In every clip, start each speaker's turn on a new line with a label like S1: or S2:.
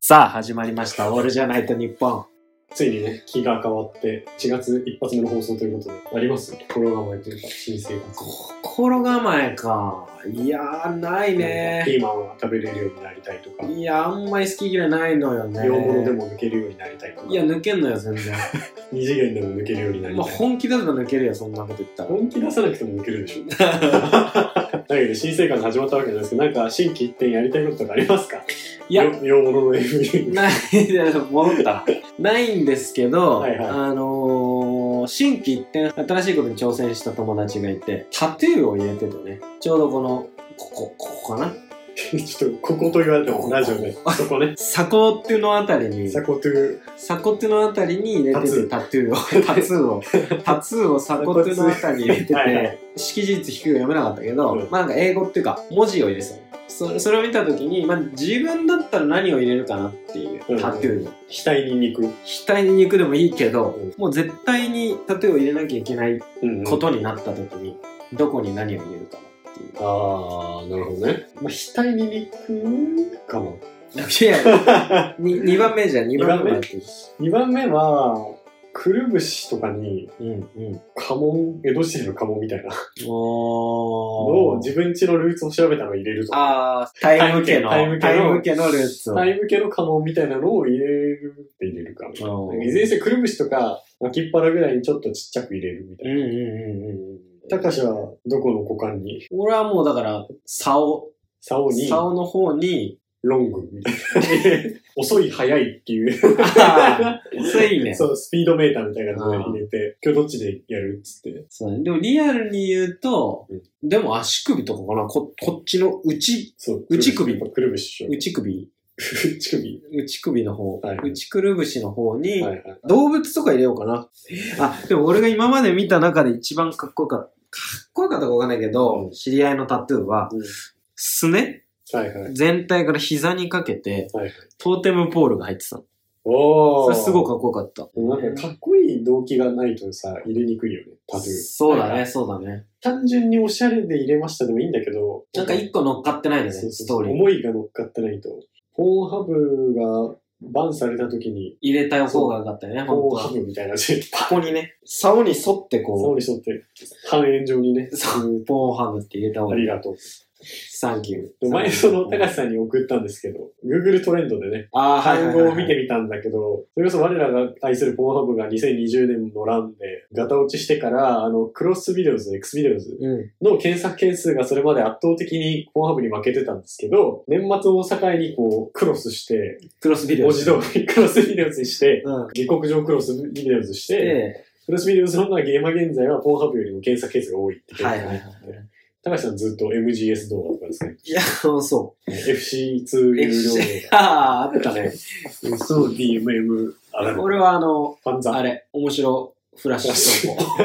S1: さあ、始まりました。オールじゃないと日本。
S2: ついにね、気が変わって、4月一発目の放送ということで、あります心構えというか、新生活。
S1: 心構えか。いやー、ないね。
S2: ピーマンは食べれるようになりたいとか、
S1: いや、あんまり好き嫌いないのよね。
S2: 洋物でも抜けるようになりたいとか、
S1: いや、抜けんのよ、全然。
S2: 二次元でも抜けるようになり
S1: まあ、
S2: たい。
S1: 本気だと抜けるよ、そんなこと言ったら。
S2: 本気出さなくても抜けるでしょ。だけど、新生活始まったわけじゃないですけど、なんか、新規一点やりたいこととかありますか
S1: いや、
S2: よ洋物の AV。
S1: ない、いや戻ったな。ないんですけど、
S2: はいはい
S1: あのー、新規一転、新しいことに挑戦した友達がいて、タトゥーを入れててね、ちょうどこの、ここ、ここかな
S2: ちょっと、ここと言われても、ラジオ で、そこね。
S1: 鎖骨っていうのあたりに、
S2: サコトゥ
S1: 鎖骨のあたりに入れててタトゥーを タトゥーを タトゥーを鎖骨のあたりに入れてて
S2: はいはい
S1: 識字率低いが読めなかったけど、
S2: うん
S1: まあなんか英語っていうか文字を入れてたのそそれを見た時に、まあ、自分だったら何を入れるかなっていう、
S2: うん
S1: タトゥーに
S2: 額に肉。
S1: 額に肉でもいいけど、
S2: うん
S1: もう絶対にタトゥーを入れなきゃいけない
S2: うんうん
S1: ことになった時に、どこに何を入れるかなっていう
S2: ああ、なるほどね。まあ、額に肉かな。
S1: いやい やに2番目じゃん2番目だって
S2: 2番目は、くるぶしとかに
S1: うんうん
S2: 家紋、江戸時代の家紋みたいなの
S1: お
S2: を自分家のルーツを調べたのを入れるとか、
S1: ああ、タイム家の、
S2: タイム家の
S1: タイム家のルーツを。
S2: タイム系の家紋みたいなのを入れるって入れるかみたいな。
S1: うん
S2: いずれにせよくるぶしとか脇っ腹ぐらいにちょっとちっちゃく入れるみた
S1: うん
S2: い
S1: うん
S2: な。
S1: うんうんうん。
S2: たかしはどこの股間に、
S1: 俺はもうだから、竿、
S2: 竿に
S1: 竿の方 に、
S2: ロングみたいな。 遅い、速いっていう。
S1: あーついね。
S2: そう、スピードメーターみたいなので入れて、今日どっちでやるっつって。
S1: そうでもリアルに言うと
S2: うん、
S1: でも足首とかかな、ここっちの内、
S2: そう。
S1: 内首
S2: くるぶし。くるぶ
S1: 内
S2: し
S1: 首、
S2: でしょ。内首。
S1: 内首の方、
S2: はい
S1: 内くるぶしの方に、
S2: はいはい。
S1: 動物とか入れようかな。あ、でも俺が今まで見た中で一番かっこよかった。かっこよかったかわかんないけど、
S2: うん
S1: 知り合いのタトゥーは、
S2: うん
S1: すね
S2: はいはい。
S1: 全体から膝にかけて、
S2: はいはい
S1: トーテムポールが入ってたの。
S2: お
S1: そ
S2: ー。
S1: れすごいかっこよかった。
S2: なんかかっこいい動機がないとさ、入れにくいよね、タトゥー。
S1: そうだ
S2: なん
S1: ね、
S2: か。
S1: そうだね。
S2: 単純におしゃれで入れましたでもいいんだけど、
S1: なんか一個乗っかってないのね、
S2: そうそう
S1: ス
S2: そ
S1: ト
S2: う
S1: ーリー。
S2: 思いが乗っかってないと。ホーハブがバンされた時に、
S1: 入れた方がよかったよね、
S2: ホ
S1: 本
S2: ーハ
S1: 当は。
S2: ブみたいな字、パ
S1: ここにね、竿に沿って
S2: そ
S1: こ
S2: うに沿って、半円状にね、
S1: う、そう、ポーハムって入れた方
S2: あ
S1: がい
S2: り
S1: い。
S2: がとう。
S1: サンキュー。
S2: 前その高橋さんに送ったんですけど、Google トレンドでね、
S1: ああ、はい
S2: 単
S1: はい
S2: 語
S1: はい
S2: を見てみたんだけど、それこそ我らが愛するポーハブが2020年の欄で、ガタ落ちしてから、あの、クロスビデオズ、X ビデオズ、
S1: うん。
S2: の検索件数がそれまで圧倒的にコンハブに負けてたんですけど、年末を境にこう、クロスして、
S1: クロスビデオ。
S2: 文字通りクロスビデオズにして、
S1: うん。
S2: 下克上クロスビデオズして、
S1: で、
S2: クロスビデオズの方が今現在はコンハブよりも検索件数が多いって
S1: はいはいはい。
S2: 高橋さんずっと MGS 動画とかですね。
S1: いや、そ
S2: FC2
S1: う。
S2: 有料動
S1: ああ、あったね。
S2: 画。そう、DMM。あれ、
S1: 俺はあの、
S2: ファンザ。
S1: あ
S2: あれ、
S1: れ、面白フラッシュ投稿。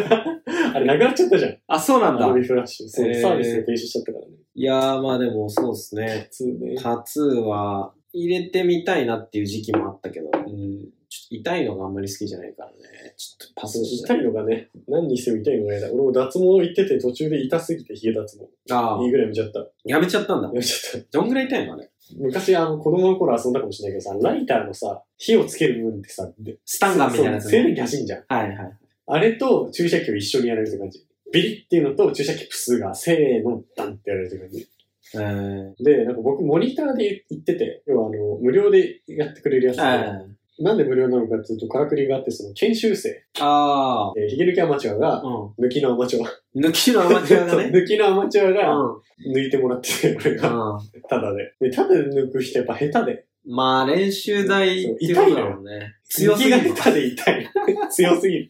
S2: なくなっちゃったじゃん。
S1: あ、そうなんだ
S2: アド。ビフラッシュ。そう、
S1: えー
S2: サービスが停止しちゃったからね。
S1: いやー、まあでもそうですね。
S2: 普通ね。
S1: タトゥーは入れてみたいなっていう時期もあったけど、ちょっと痛いのがあんまり好きじゃないからね。ちょっとパスし
S2: 痛
S1: たい。
S2: いのがね、何にせよ痛いのが嫌だ。俺も脱毛行ってて途中で痛すぎてヒゲ脱毛。
S1: ああ
S2: いい、ぐらい見ちゃった。
S1: やめちゃったんだ
S2: や。めちゃった。
S1: どんぐらい痛いのあれ。
S2: 昔、あの、子供の頃遊んだかもしれないけどさ、ライターのさ、火をつける部分ってさ、で
S1: スタンガンみたいなやつ
S2: そう静電
S1: ね。
S2: 気走んじゃん。
S1: はいはい。
S2: あれと注射器を一緒にやられてる感じ。ビリっていうのと注射器プスが、せーの、ダンってやられてる感じ。
S1: えー
S2: で、なんか僕、モニターで行ってて、要はあの、無料でやってくれるやつで、
S1: あ
S2: なんで無料なのかっていうと、からくりがあって、その、研修生、
S1: ーあ
S2: えー、ヒゲ抜きアマチュアが、
S1: ー、
S2: 抜きのアマチュア。
S1: うん。抜きのアマチュアが ね。
S2: 抜きのアマチュア
S1: う
S2: が、
S1: ん。
S2: 抜いてもらってて、俺が、
S1: うん
S2: ただで。で、ただで抜く人やっぱ下手で。
S1: まあ練習台っていうことだもんね。強すぎる。
S2: 抜きが下手で痛い。 強すぎる。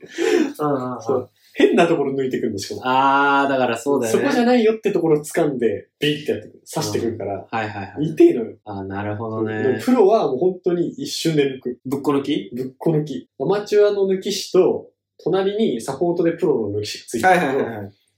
S1: うんうんうん
S2: そう変なところ抜いてくるの、しかも。
S1: ああ、だからそうだよ
S2: そ
S1: ね。
S2: こじゃないよってところを掴んで、ビーってやってくる。刺してくるから、
S1: はいはいはい。
S2: 痛いのよ。
S1: ああ、なるほど
S2: でも
S1: ね。
S2: プロはもう本当に一瞬で抜く。
S1: ぶっこ抜き
S2: ぶっこ抜き。アマチュアの抜き師と、隣にサポートでプロの抜き師がついてるけど、
S1: い。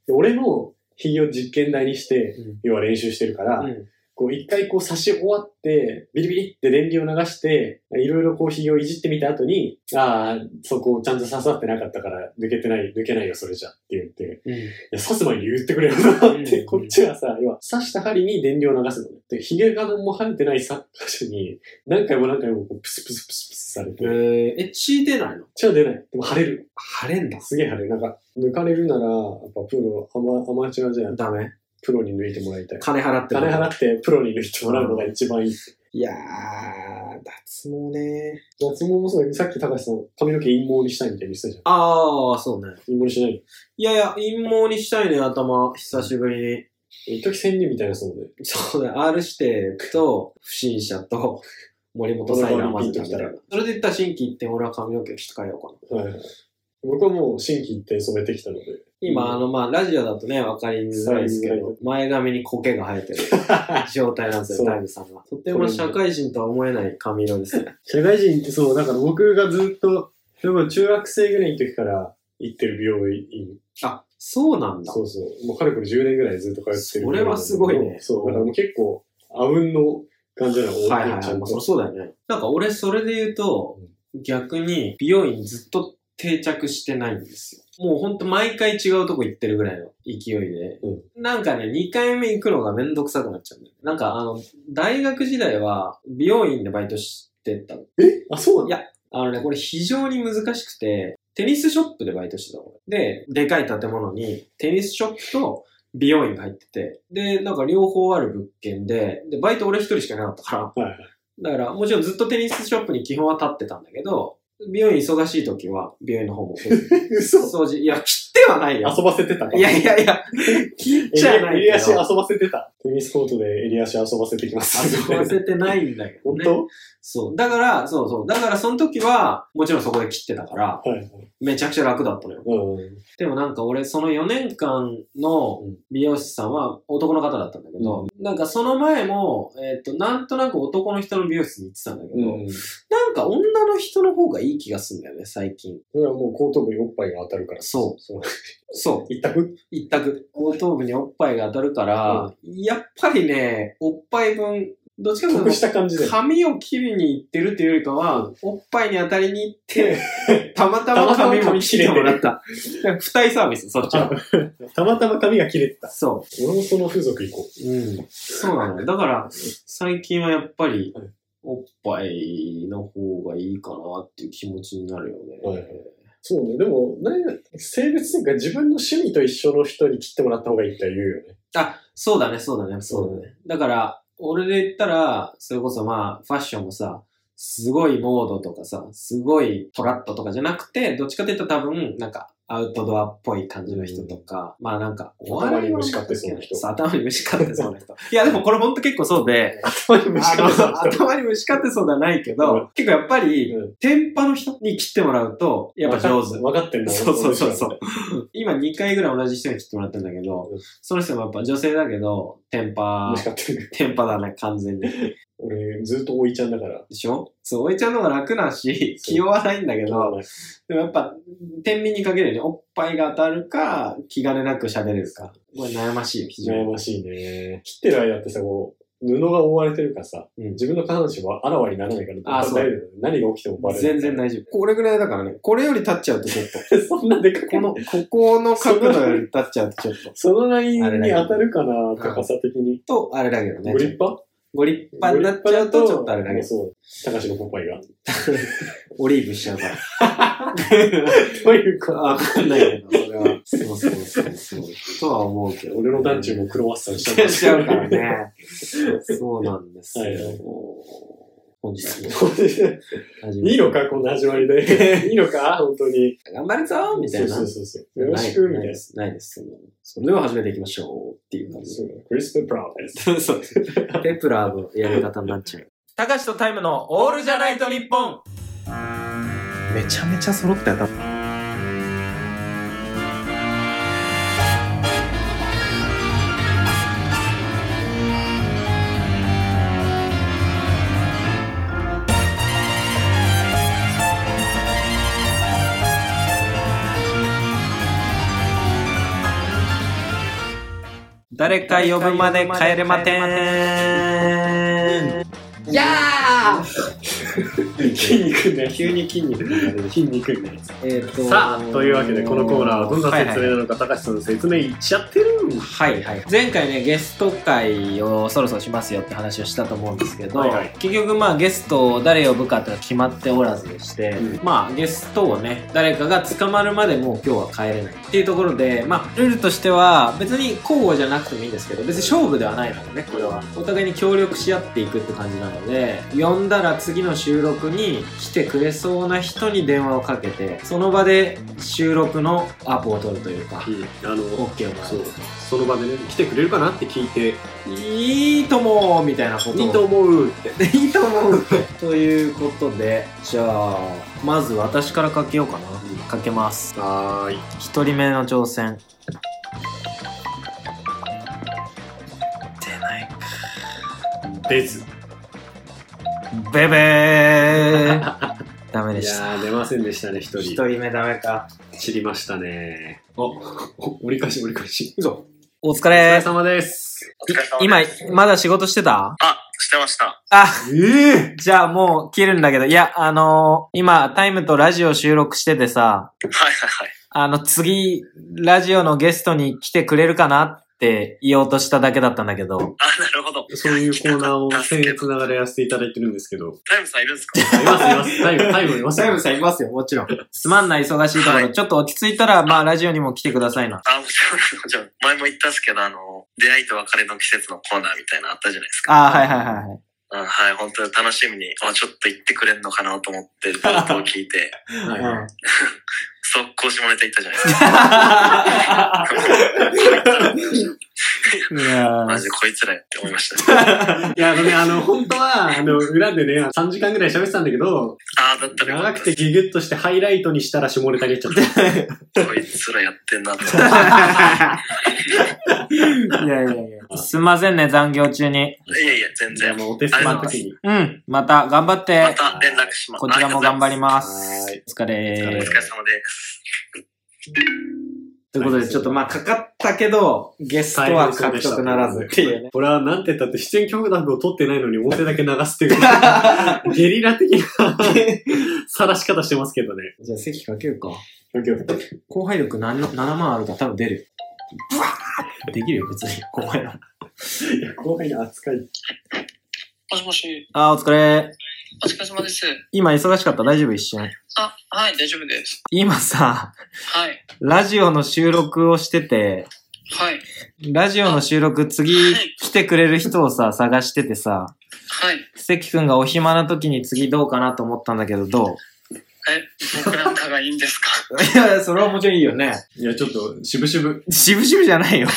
S2: で俺のヒゲを実験台にして、
S1: うん
S2: 要は練習してるから、
S1: うん
S2: こう一回こう差し終わって、ビリビリって電流を流して、いろいろコーヒーをいじってみた後に、ああ、そこちゃんと刺さってなかったから抜けてない、抜けないよそれじゃって言って、いや、刺す前に言ってくれよな
S1: うん
S2: っ
S1: うんう
S2: て、
S1: ん
S2: こっちはさ、要は刺した針に電流を流すのね。で、ヒゲがも生えてないさ箇所に、何回も何回もこうプスプスプスプスされ
S1: え
S2: て、
S1: ー、え、血出ないの
S2: 血は出ない。でも腫れる。
S1: 腫れんだ。
S2: すげえ腫れる。なんか、抜かれるなら、やっぱプロ、アマアマチュアじゃん。
S1: ダメ。
S2: プロに抜いてもらいたい。
S1: 金払っても
S2: 金払ってプロに抜いてもらうのが一番いい。
S1: いやー、脱毛ね。
S2: 脱毛もそうだけど、さっき高橋さん、髪の毛陰毛にしたいみたいに言ってたじゃん。
S1: あー、そうね。
S2: 陰毛にしない。
S1: いやいや、陰毛にしたいね、頭。久しぶり
S2: 一時潜入みたいなそうね。
S1: に。そうだよ、R 指定と、不審者 と、森本サイダー混ぜたみたいな。それで言ったら新規行って、俺は髪の毛切り替えようかな。
S2: はいはい。僕はもう新規一点染めてきたので。
S1: 今、あの、まあ、ラジオだとね、わかりづらいですけ
S2: そう
S1: ど、前髪に苔が生えて る状態なんですよ、
S2: そう
S1: タイムさんは。とても社会人とは思えない髪色ですね。
S2: 社会人ってそう、だから僕がずっと、でも中学生ぐらいの時から行ってる美容院。
S1: あ、そうなんだ。
S2: そうそう。もうかれこれ10年ぐらいずっと通ってる。
S1: それはすごいね
S2: そう、だからもう結構、あうんの感じなの、多
S1: はいはい
S2: ち
S1: は
S2: ゃ
S1: い。
S2: ん
S1: まあ、そりゃ
S2: と。
S1: そうだよね。なんか俺、それで言うと、逆に美容院ずっと定着してないんですよ。もうほんと毎回違うとこ行ってるぐらいの勢いで。
S2: う
S1: なんかね、2回目行くのがめんどくさくなっちゃうんだよ。なんかあの、大学時代は美容院でバイトしてたの。
S2: えあ、そうなの
S1: いやあのね、これ非常に難しくて、テニスショップでバイトしてたの。で、でかい建物にテニスショップと美容院が入ってて、で、なんか両方ある物件で、で、バイト俺一人しかいなかったから、
S2: はいはい。
S1: だから、もちろんずっとテニスショップに基本は立ってたんだけど、美容院忙しい時は、美容院の方も。
S2: 嘘
S1: 掃除、いや、切ってはないよ。
S2: 遊ばせてた
S1: いやいやいや、切っちゃない
S2: 襟襟
S1: け
S2: 足
S1: ど。
S2: 遊ばせてた。テニスコートで襟足遊ばせてきます。
S1: 遊ばせてないんだけど
S2: 本
S1: ね。
S2: 当
S1: そう。だから、そうそう。だから、その時は、もちろんそこで切ってたから、
S2: はいはい。
S1: めちゃくちゃ楽だったのよ。
S2: うん。
S1: でもなんか俺、その4年間の
S2: うん
S1: 美容師さんは男の方だったんだけど、なんかその前も、えっ、と、なんとなく男の人の美容室に行ってたんだけど、
S2: うん。
S1: なんか女の人の方がいい気がするんだよね、最近。
S2: それはもう後頭部におっぱいが当たるから。。
S1: そう
S2: そう
S1: そう。
S2: 一択
S1: 一択。後頭部におっぱいが当たるから、やっぱりね、おっぱい分、どっちかという
S2: 得し
S1: と、
S2: た感じで。
S1: 髪を切りに行ってるっていうよりかは、おっぱいに当たりに行 って、たまたま髪も切ってもらった。 二重サービス、そっちは。
S2: たまたま髪が切れて た。
S1: そ
S2: 俺もその風俗行こ
S1: う。うん。そうなのよ。だから、最近はやっぱり、おっぱいの方がいいかなっていう気持ちになるよね。
S2: はいはいそうね。でも、なんや性別というか自分の趣味と一緒の人に切ってもらった方がいいって言うよね。
S1: あ、そうだね、そうだね、そうだね。だから、俺で言ったら、それこそまあ、ファッションもさ、すごいモードとかさ、すごいトラットとかじゃなくて、どっちかというと多分、なんか、アウトドアっぽい感じの人とか、まあなんか、
S2: 頭に虫飼ってそうな人
S1: そう頭に虫飼ってそうな人。いや、でもこれほんと結構そうで、
S2: 頭に虫か
S1: あの頭に虫飼ってそうではないけど、
S2: うん
S1: 結構やっぱり、
S2: うん
S1: 天パの人に切ってもらうと、やっぱ上手。
S2: 分かってんだ
S1: そうそうそうそう。今2回ぐらい同じ人に切ってもらったんだけど、
S2: うん
S1: その人もやっぱ女性だけど、テンパ
S2: 虫、飼ってる。
S1: テンパだね、完全に。
S2: 俺、ずっとおいちゃんだから。
S1: でしょそう、おいちゃんの方が楽だし、
S2: そう
S1: 気弱ないんだけど、
S2: はい
S1: でもやっぱ、天秤にかけるようにおっぱいが当たるか、気兼ねなく喋れるか。これ悩ましいよ、非常
S2: 悩
S1: に。
S2: ましいね。切ってる間ってさ、こう、布が覆われてるからさ、
S1: うん
S2: 自分の下半身はあらわにならないから、
S1: あそう
S2: 大丈夫何が起きてもバレる。
S1: 全然
S2: い。
S1: 大丈夫。これぐらいだからね、これより立っちゃうとちょっと、
S2: そんなでかく
S1: こ の、ここの角度より立っちゃうとちょっ
S2: そのラインに当たるかな、高さ的に。
S1: と、と、あれだけどね
S2: ご。立派
S1: ご立派になっちゃうと、ちょっとあれだけど、
S2: そう。高橋のポパイが。
S1: オリーブしちゃうから。
S2: というか、
S1: わかんないけど、それは。そうそうそうそう。とは思うけど。
S2: 俺の団中もクロワッサンしちゃ
S1: し
S2: う。
S1: ちゃうから。ね。そうなんですよ。
S2: はいはい
S1: 本日も始め
S2: いいのか、こんな始ま りで。いいのか、本当に。
S1: 頑張るぞみたいな。
S2: そうそうそう。よろしく、み
S1: な
S2: た
S1: いで
S2: いな。
S1: す。ないです。それでは始めていきましょうっていう感じ。
S2: クリスプ・プラウドです。
S1: そう。ペプラーのやり方になっちゃう。たかしとタイムのオールじゃないと日本めちゃめちゃ揃ったよ、多分誰か呼ぶまで帰れまてん
S2: やー筋肉ね。
S1: 急に筋肉になる
S2: 筋肉ね。
S1: えーと
S2: さあ、というわけでこのコーナーはどんな説明なのか、高橋さんの説明いっちゃってる
S1: はいはい、前回ねゲスト会をそろそろしますよって話をしたと思うんですけど、
S2: はいはい
S1: 結局まあゲストを誰呼ぶかっていうのは決まっておらずでして、
S2: うん
S1: まあゲストをね誰かが捕まるまでもう今日は帰れないっていうところでまあルールとしては別に交互じゃなくてもいいんですけど別に勝負ではないのでねこれはお互いに協力し合っていくって感じなので呼んだら次の収録に来てくれそうな人に電話をかけてその場で収録のアポを取るというか
S2: あの、
S1: OK をもらう
S2: そう、その場でね、来てくれるかなって聞いて、
S1: いいともみたいなことを
S2: いいと思うって。
S1: いいと思う ということでじゃあまず私からかけようかなかけます
S2: はーい。
S1: 一人目の挑戦出ないか
S2: 出ず。
S1: ベベー ダメで
S2: い
S1: した
S2: やー、出ませんでしたね、一
S1: 一
S2: 人。
S1: 人目ダメか
S2: 散りましたね。お、お 折り返し折り返し。嘘。
S1: お疲
S2: お疲
S1: れ
S2: れ様です。
S3: お疲れ様
S1: 今
S3: です
S1: まだ仕事してた
S3: あ、してました。
S1: あ
S2: ええ
S1: じゃあもう切るんだけどいやあのー今タイムとラジオ収録しててさ
S3: はいはいはい。
S1: あの、次、ラジオのゲストに来てくれるかなって言おうとしただけだったんだけど。
S3: あ、なるほど。
S2: そういうコーナーを
S3: 先
S2: 僭
S3: 月
S2: 越ながらやらせていただいてるんですけど。
S3: タイムさんいるんですか
S2: いますいます。タイ ム、タイムいます。
S1: さんいますよ、もちろん。すまんない忙しいとこ
S3: は
S1: ろ、ちょっと落ち着いたら、まあ、ラジオにも来てくださいな。
S3: あ、もちろん、もちろん。前も言ったんですけど、あの、出会いと別れの季節のコーナーみたいなのあったじゃないですか。
S1: ああ、はいはいはいはい。
S3: あはい、本当に楽しみに、あ、ちょっと行ってくれんのかなと思って、ずっと聞いて、
S2: はい
S1: うん
S3: 速攻下ネタ行ったじゃないですか。
S1: いや
S3: マ
S1: ー
S3: ジでこいつらやって思いました、ね。
S2: いや、あのね、あの、本当は、あの、裏でね、3時間ぐらい喋ってたんだけど、
S3: あだったらよか
S2: 長
S3: っ
S2: く
S3: た
S2: て
S3: で
S2: ギュギュッとしてハイライトにしたら下ネタになっちゃっ た。
S3: す。こいつらやってんなと思って。
S1: いやいやいや。すんませんね、残業中に。
S3: いやいや、全
S2: じゃあ
S3: 然。
S2: もうお手数の時に。
S1: うん。また、頑張
S3: ま
S1: って。
S3: た連絡します。
S1: こちらも頑張りま
S2: は
S1: す
S2: ーい。
S1: お疲
S3: あり
S1: れ
S3: がとうございますお疲れ様です。
S1: ということで、ちょっとまあ、かかったけど、ゲストは獲得ならずっていう ね。
S2: これはなんて言ったって出演許可を取ってないのに音声だけ流すって いう、ゲリラ的な晒し方してますけどね。
S1: じゃあ、席かけるか。後輩力 7, 7万あるから多分出るよ。ブワーできるよ、別に。後輩ら。
S2: いや後輩の扱い。
S3: もしもし、
S1: あー、お疲れ。
S3: お疲れ様です。
S1: 今忙しかった大丈夫一瞬。
S3: あ、はい、大丈夫です。
S1: 今さ、
S3: はい、
S1: ラジオの収録をしてて、
S3: はい、
S1: ラジオの収録次来てくれる人をさ、探しててさ、
S3: はい。
S1: 関くんがお暇な時に次どうかなと思ったんだけど、どう
S3: え、僕なんかがいいんですか
S1: いや、それはもちろんいいよね。
S2: いや、ちょっと、しぶしぶ。
S1: 渋々じゃないよ。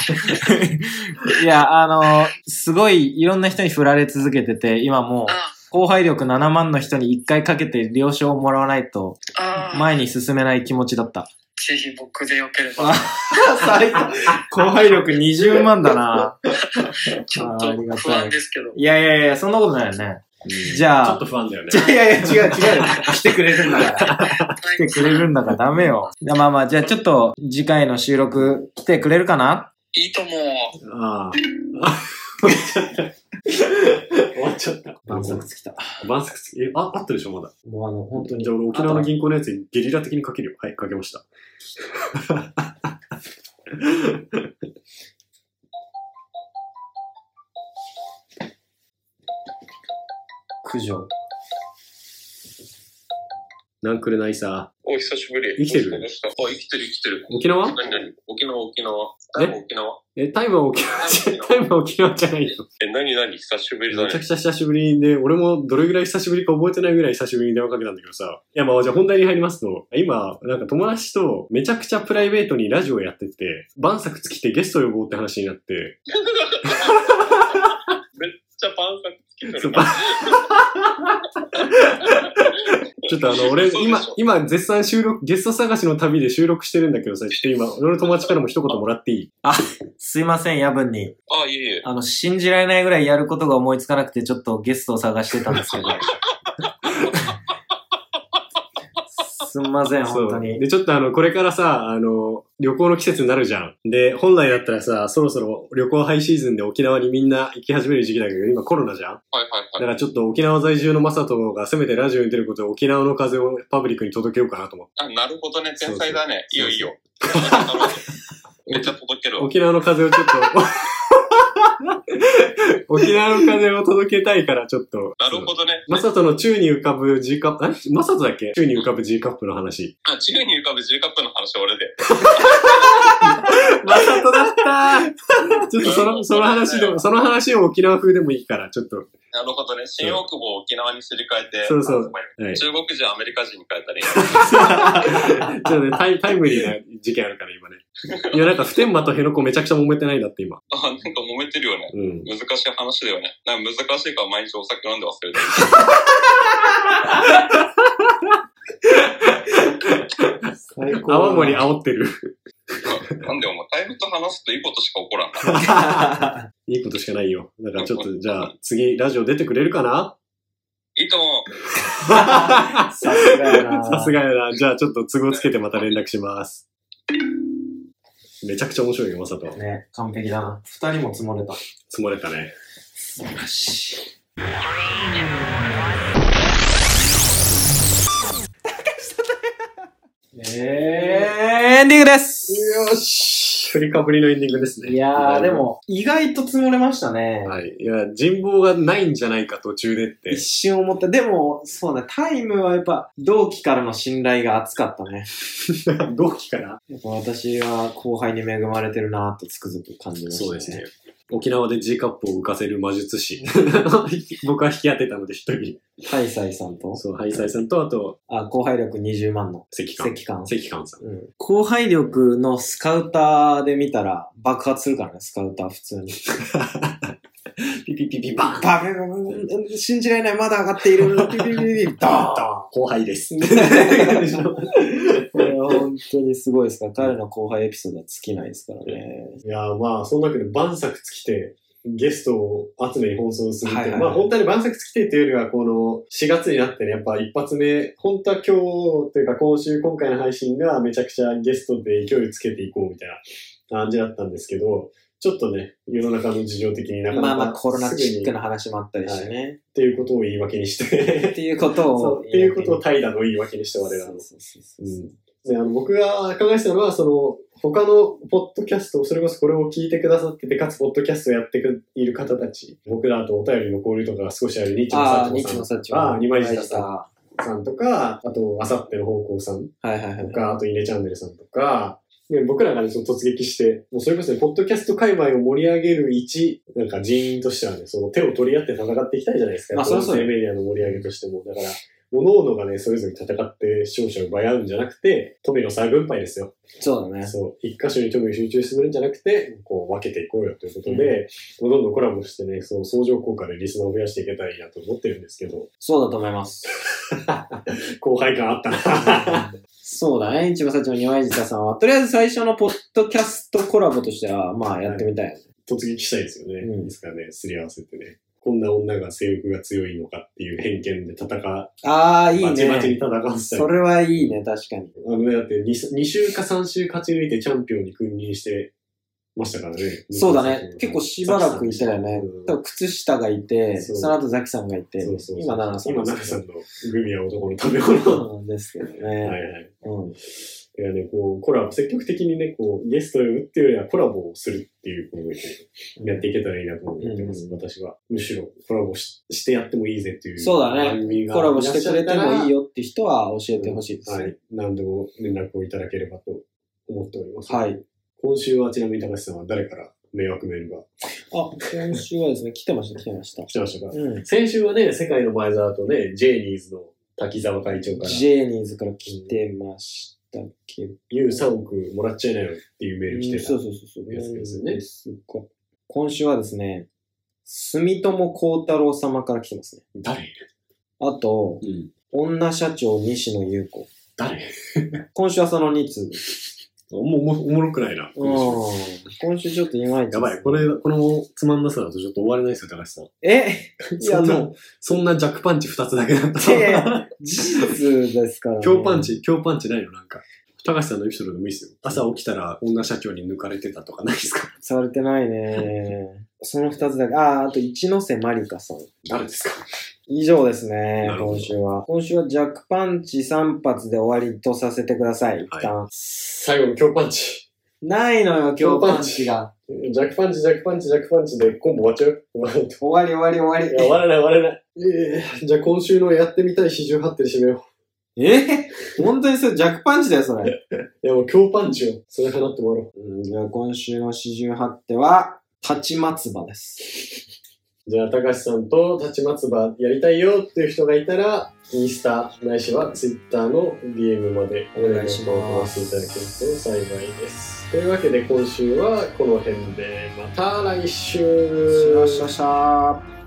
S1: いや、あの、すごいいろんな人に振られ続けてて、今もう、
S3: あ、
S1: 後輩力7万の人に1回かけて了承をもらわないと
S3: ああ、
S1: 前に進めない気持ちだった。
S3: ぜひ僕でよければ、
S1: 最高。後輩力20万だな。
S3: ちょっ
S1: あー
S3: と
S1: ありがたい
S3: 不安ですけど。
S1: いやいやいや、そんなことないよね。じ
S2: ち
S1: ゃ
S2: ょっ
S1: あ
S2: と、不安だよね
S1: じ。ゃあいやいや、違う違う。来てくれるんだから。来てくれるんだからダメよ。いやまあまあ、じゃあちょっと次回の収録来てくれるかない
S3: いとも。
S2: ああ。 終わっちゃった。終わっちゃった。
S1: つきた。
S2: 万作付き。え、あ、あったでしょ、まだ。
S1: もうあの、本当に
S2: じゃあ俺、沖縄の銀行のやつにゲリラ的にかけるよ。はい、かけました。
S1: 九条。
S2: なんくれないさ。
S4: お、久しぶり。
S2: 生きてる
S4: どうしたどうしたあ、生きてる生きてる。
S2: 沖縄
S4: 何何沖縄沖縄。
S2: え
S4: 沖縄。
S2: え、タイムは沖縄じゃ、タイムは沖縄じゃないよ。
S4: え、何何久しぶりだ
S2: めちゃ
S4: ね
S2: く。ちゃ久しぶりで、俺もどれぐらい久しぶりか覚えてないぐらい久しぶりに電話かけたんだけどさ。いや、まあ、じゃあ本題に入りますと、今、なんか友達とめちゃくちゃプライベートにラジオやってて、万作尽きてゲスト呼ぼうって話になって、
S4: じゃあ、パンサーつけて
S2: そう
S4: るな。
S2: ちょっとあの、俺、
S4: そうで
S2: 今
S4: しょ、
S2: 今、絶賛収録、ゲスト探しの旅で収録してるんだけどさ、ちょっと今、俺の友達からも一言もらっていい
S1: すいません、夜分に。
S4: あ、いえいえ。
S1: あの、信じられないぐらいやることが思いつかなくて、ちょ っとゲストを探してたんですけど。すんません、
S2: そ
S1: 本当
S2: う。
S1: に。
S2: で、ちょっとあの、これからさ、あの、旅行の季節になるじゃん。で、本来だったらさ、そろそろ旅行ハイシーズンで沖縄にみんな行き始める時期だけど、今コロナじゃん。
S4: はい
S2: だ
S4: はい
S2: か
S4: はい。
S2: らちょっと沖縄在住のマサトがせめてラジオに出ることで沖縄の風をパブリックに届けようかなと思って。
S4: あ、なるほどね。天才だね。いい
S2: そう
S4: よ
S2: そう
S4: いい よ。めっちゃ届けるわ。
S2: 沖縄の風をちょっと、沖縄の風を届けたいからちょっと。
S4: なるほどね。
S2: マサトの宙に浮かぶ G カップ、あれマサトだっけ宙に浮かぶ G カップの話。
S4: あ、宙に浮かぶ G カップの話俺で。
S2: マサトだったちょっとその、その話でも、その話を沖縄風でもいいから、ちょっと。
S4: なるほどね。新大久保を沖縄にすり替えて、
S2: そうそう
S4: あごめん
S2: は い。ち
S4: 中国人アメリカ人に変えたらいい
S2: ょっとねタイ、タイムリーな事件あるから今ね。いや、なんか普天間と辺野古めちゃくちゃ揉めてないんだって今。
S4: あ、なんか揉めてるよね。
S2: うん。
S4: 難しい話だよね。なんか難しいから毎日お酒飲んで忘れてる。
S1: 最高。
S2: 泡盛煽ってる。
S4: なんでお前、台風と話すといいことしか起こらんな。
S2: いいことしかないよ。だからちょっと、じゃあ次、ラジオ出てくれるかない
S4: いとも。
S1: さすがやな。
S2: さすがやな。じゃあちょっと都合つけてまた連絡します。めちゃくちゃ面白いよ、まさと。
S1: ね、完璧だな。二人も積もれた。
S2: 積もれたね。
S1: 素晴らしい。えー、エンディングです
S2: よし。振りかぶりのエンディングですね。
S1: いやー、で。も、意外と積もれましたね。
S2: はい。いや、人望がないんじゃないか途中でって。
S1: 一瞬思った。でも、そうね、タイムはやっぱ、同期からの信頼が厚かったね。
S2: 同期から
S1: やっぱ私は後輩に恵まれてるなーってつくづく感じましたね。
S2: そうですね。。沖縄で G カップを浮かせる魔術師。 僕は引き当てたので一人。
S1: ハイサイさんと、
S2: そう、ハイサイさんと、あと、
S1: あ、後輩力20万の
S2: 関寛。
S1: 関関。
S2: 関寛さん。
S1: うん後輩力のスカウターで見たら爆発するからね、スカウター普通に。
S2: ピピピピバーン
S1: バカバカ信じられない、まだ上がっている。ピピピピピ、ドーン
S2: 後輩 です。
S1: これは本当にすごいですから、彼の後輩エピソードは尽きないですからね。
S2: いやーまあ、その中で晩作尽きて、ゲストを集めに奔走するって、
S1: はいはいはい
S2: まあ本当に晩作尽きてというよりは、この4月になってね、やっぱ一発目、本当は今日というか今週、今回の配信がめちゃくちゃゲストで勢いつけていこうみたいな感じだったんですけど、ちょっとね、世の中の事情的になかなか
S1: まあまあコロナチック
S2: っ
S1: な話もあったりしてね。
S2: ていうことを言い訳にして
S1: っ、ていうこと
S2: そ
S1: を。
S2: う、っていうことを怠惰の言い訳にして我々は
S1: そうそうそうそう
S2: であの僕が考えてたのは、その、他のポッドキャスト、それこそこれを聞いてくださってて、かつ、ポッドキャストをやってくいる方たち、僕らとお便りの交流とかが少しある、ニッチの
S1: あ
S2: サ
S1: あ、
S2: ッ
S1: ニ
S2: チ
S1: ッチ
S2: ョ
S1: の
S2: さ
S1: 社長。
S2: あー二枚舌さん
S1: は
S2: んさんとか、あと、あさっての方向さん
S1: いはいはい
S2: と。か、あと、イネチャンネルさんとか、で僕らがね、その突撃して、もうそれこそね、ポッドキャスト界隈を盛り上げる一、なんか人員としてはね、その手を取り合って戦っていきたいじゃないですか。
S1: まあそりゃそうだよ
S2: 音声メディアの盛り上げとしても。だから、各々がね、それぞれ戦って勝者を奪い合うんじゃなくて、富の差分配ですよ。
S1: そうだね。
S2: そう、一箇所に特に集中するんじゃなくて、こう分けていこうよということで、どんどんコラボしてね、その相乗効果でリスナーを増やしていけたらいいなと思ってるんですけど、
S1: そうだと思います。
S2: 後輩感あったな。
S1: そうだね。一番最初の二枚舌さんは、とりあえず最初のポッドキャストコラボとしては、まあやってみたいよね。
S2: 突撃したいですよね。
S1: うん
S2: ですからね、すり合わせてね。こんな女が性欲が強いのかっていう偏見で戦う、
S1: ああ、いい
S2: バチバチに
S1: ね。
S2: 戦わせた
S1: そ
S2: り。
S1: れはいいね、確かに。
S2: あのね、だって 2, 2週か3週勝ち抜いてチャンピオンに君臨してましたからね。
S1: そうだね。結構しばらくいたよね
S2: うん。
S1: 多分靴下がいて、
S2: そう
S1: その後ザキさんがいて
S2: そうそう、
S1: 今奈々さん。
S2: 今、中さんのグミは男の食べ物。
S1: うんですけど
S2: はい
S1: ね。
S2: はい。
S1: うん。
S2: いやね、こう、コラボ、積極的にね、こう、ゲストを呼ぶっていうよりはコラボをするっていう、こう、やっていけたらいいなと思ってます、
S1: うん
S2: 私は。むしろ、コラボししてやってもいいぜっていう。
S1: そうだね
S2: 番組が
S1: コラボしてくれてもいい
S2: よ。
S1: よって人は教えてほしいです
S2: は
S1: ね。
S2: い。何でも連絡をいただければと思っております。
S1: はい。
S2: 今週はちなみに高橋さんは誰から迷惑メールが
S1: あ、今週はですね、来てました、来てました。
S2: 来てましたか、
S1: うん。
S2: 先週はね、世界の前澤とね、ジェイニーズの滝沢会長から、
S1: ジェニーズから来てましたけど。
S2: ユー3億もらっちゃいなよっていうメール来てた。
S1: そうそうそうそう。
S2: やつですよね
S1: なんですが今週はですね、住友幸太郎様から来てますね。
S2: 誰
S1: あと、女社長西野優子。
S2: 誰
S1: 今週はその2通です。
S2: おも、おもおもろくないな。今
S1: 今週ちょっといまいちで
S2: 週
S1: す
S2: やばい。これ、このつまんなさだとちょっと終われないですよ、高橋さん。
S1: えいや
S2: そん
S1: で
S2: な
S1: も、
S2: そんな弱パンチ二つだけだった。
S1: いやいや事実ですから、ね。
S2: 強パン。チ、強パンチないのなんか。高橋さんのエピソードでもいいですよ。朝起きたら女社長に抜かれてたとかないですか
S1: されてないね。その二つだけ。あー、あと一ノ瀬まりかさん。
S2: 誰ですか
S1: 以上ですね
S2: な、るほど
S1: 今週は。今週はジャックパンチ3発で終わりとさせてください、一旦。
S2: 最後の強パンチ。
S1: ないのよ、今日
S2: 強
S1: パ
S2: パ
S1: ン
S2: ン
S1: チ
S2: チ
S1: が。
S2: ジャックパンチ、ジャックパンチ、ジャックパンチでコンボ終わっちゃう
S1: 終わり終わり
S2: い
S1: 終
S2: や、
S1: わ
S2: 終わらない、終わらない。ええじゃあ今週のやってみたい四十八点締めよ
S1: り。え本当にそれ、ジャックパンチだよ、それ。
S2: う。いや、もう強パンチを、それ放って終わろ
S1: うんじゃあ今週の四十八手は、立ち松葉です。
S2: う。じゃあ、高橋さんと立ち松葉やりたいよっていう人がいたら、インスタ、ないしはツイッターの DM まで
S1: お願いします
S2: お願いしていただけると幸いです。というわけで今週はこの辺で、また来週
S1: よっしゃよっしゃよっしゃー。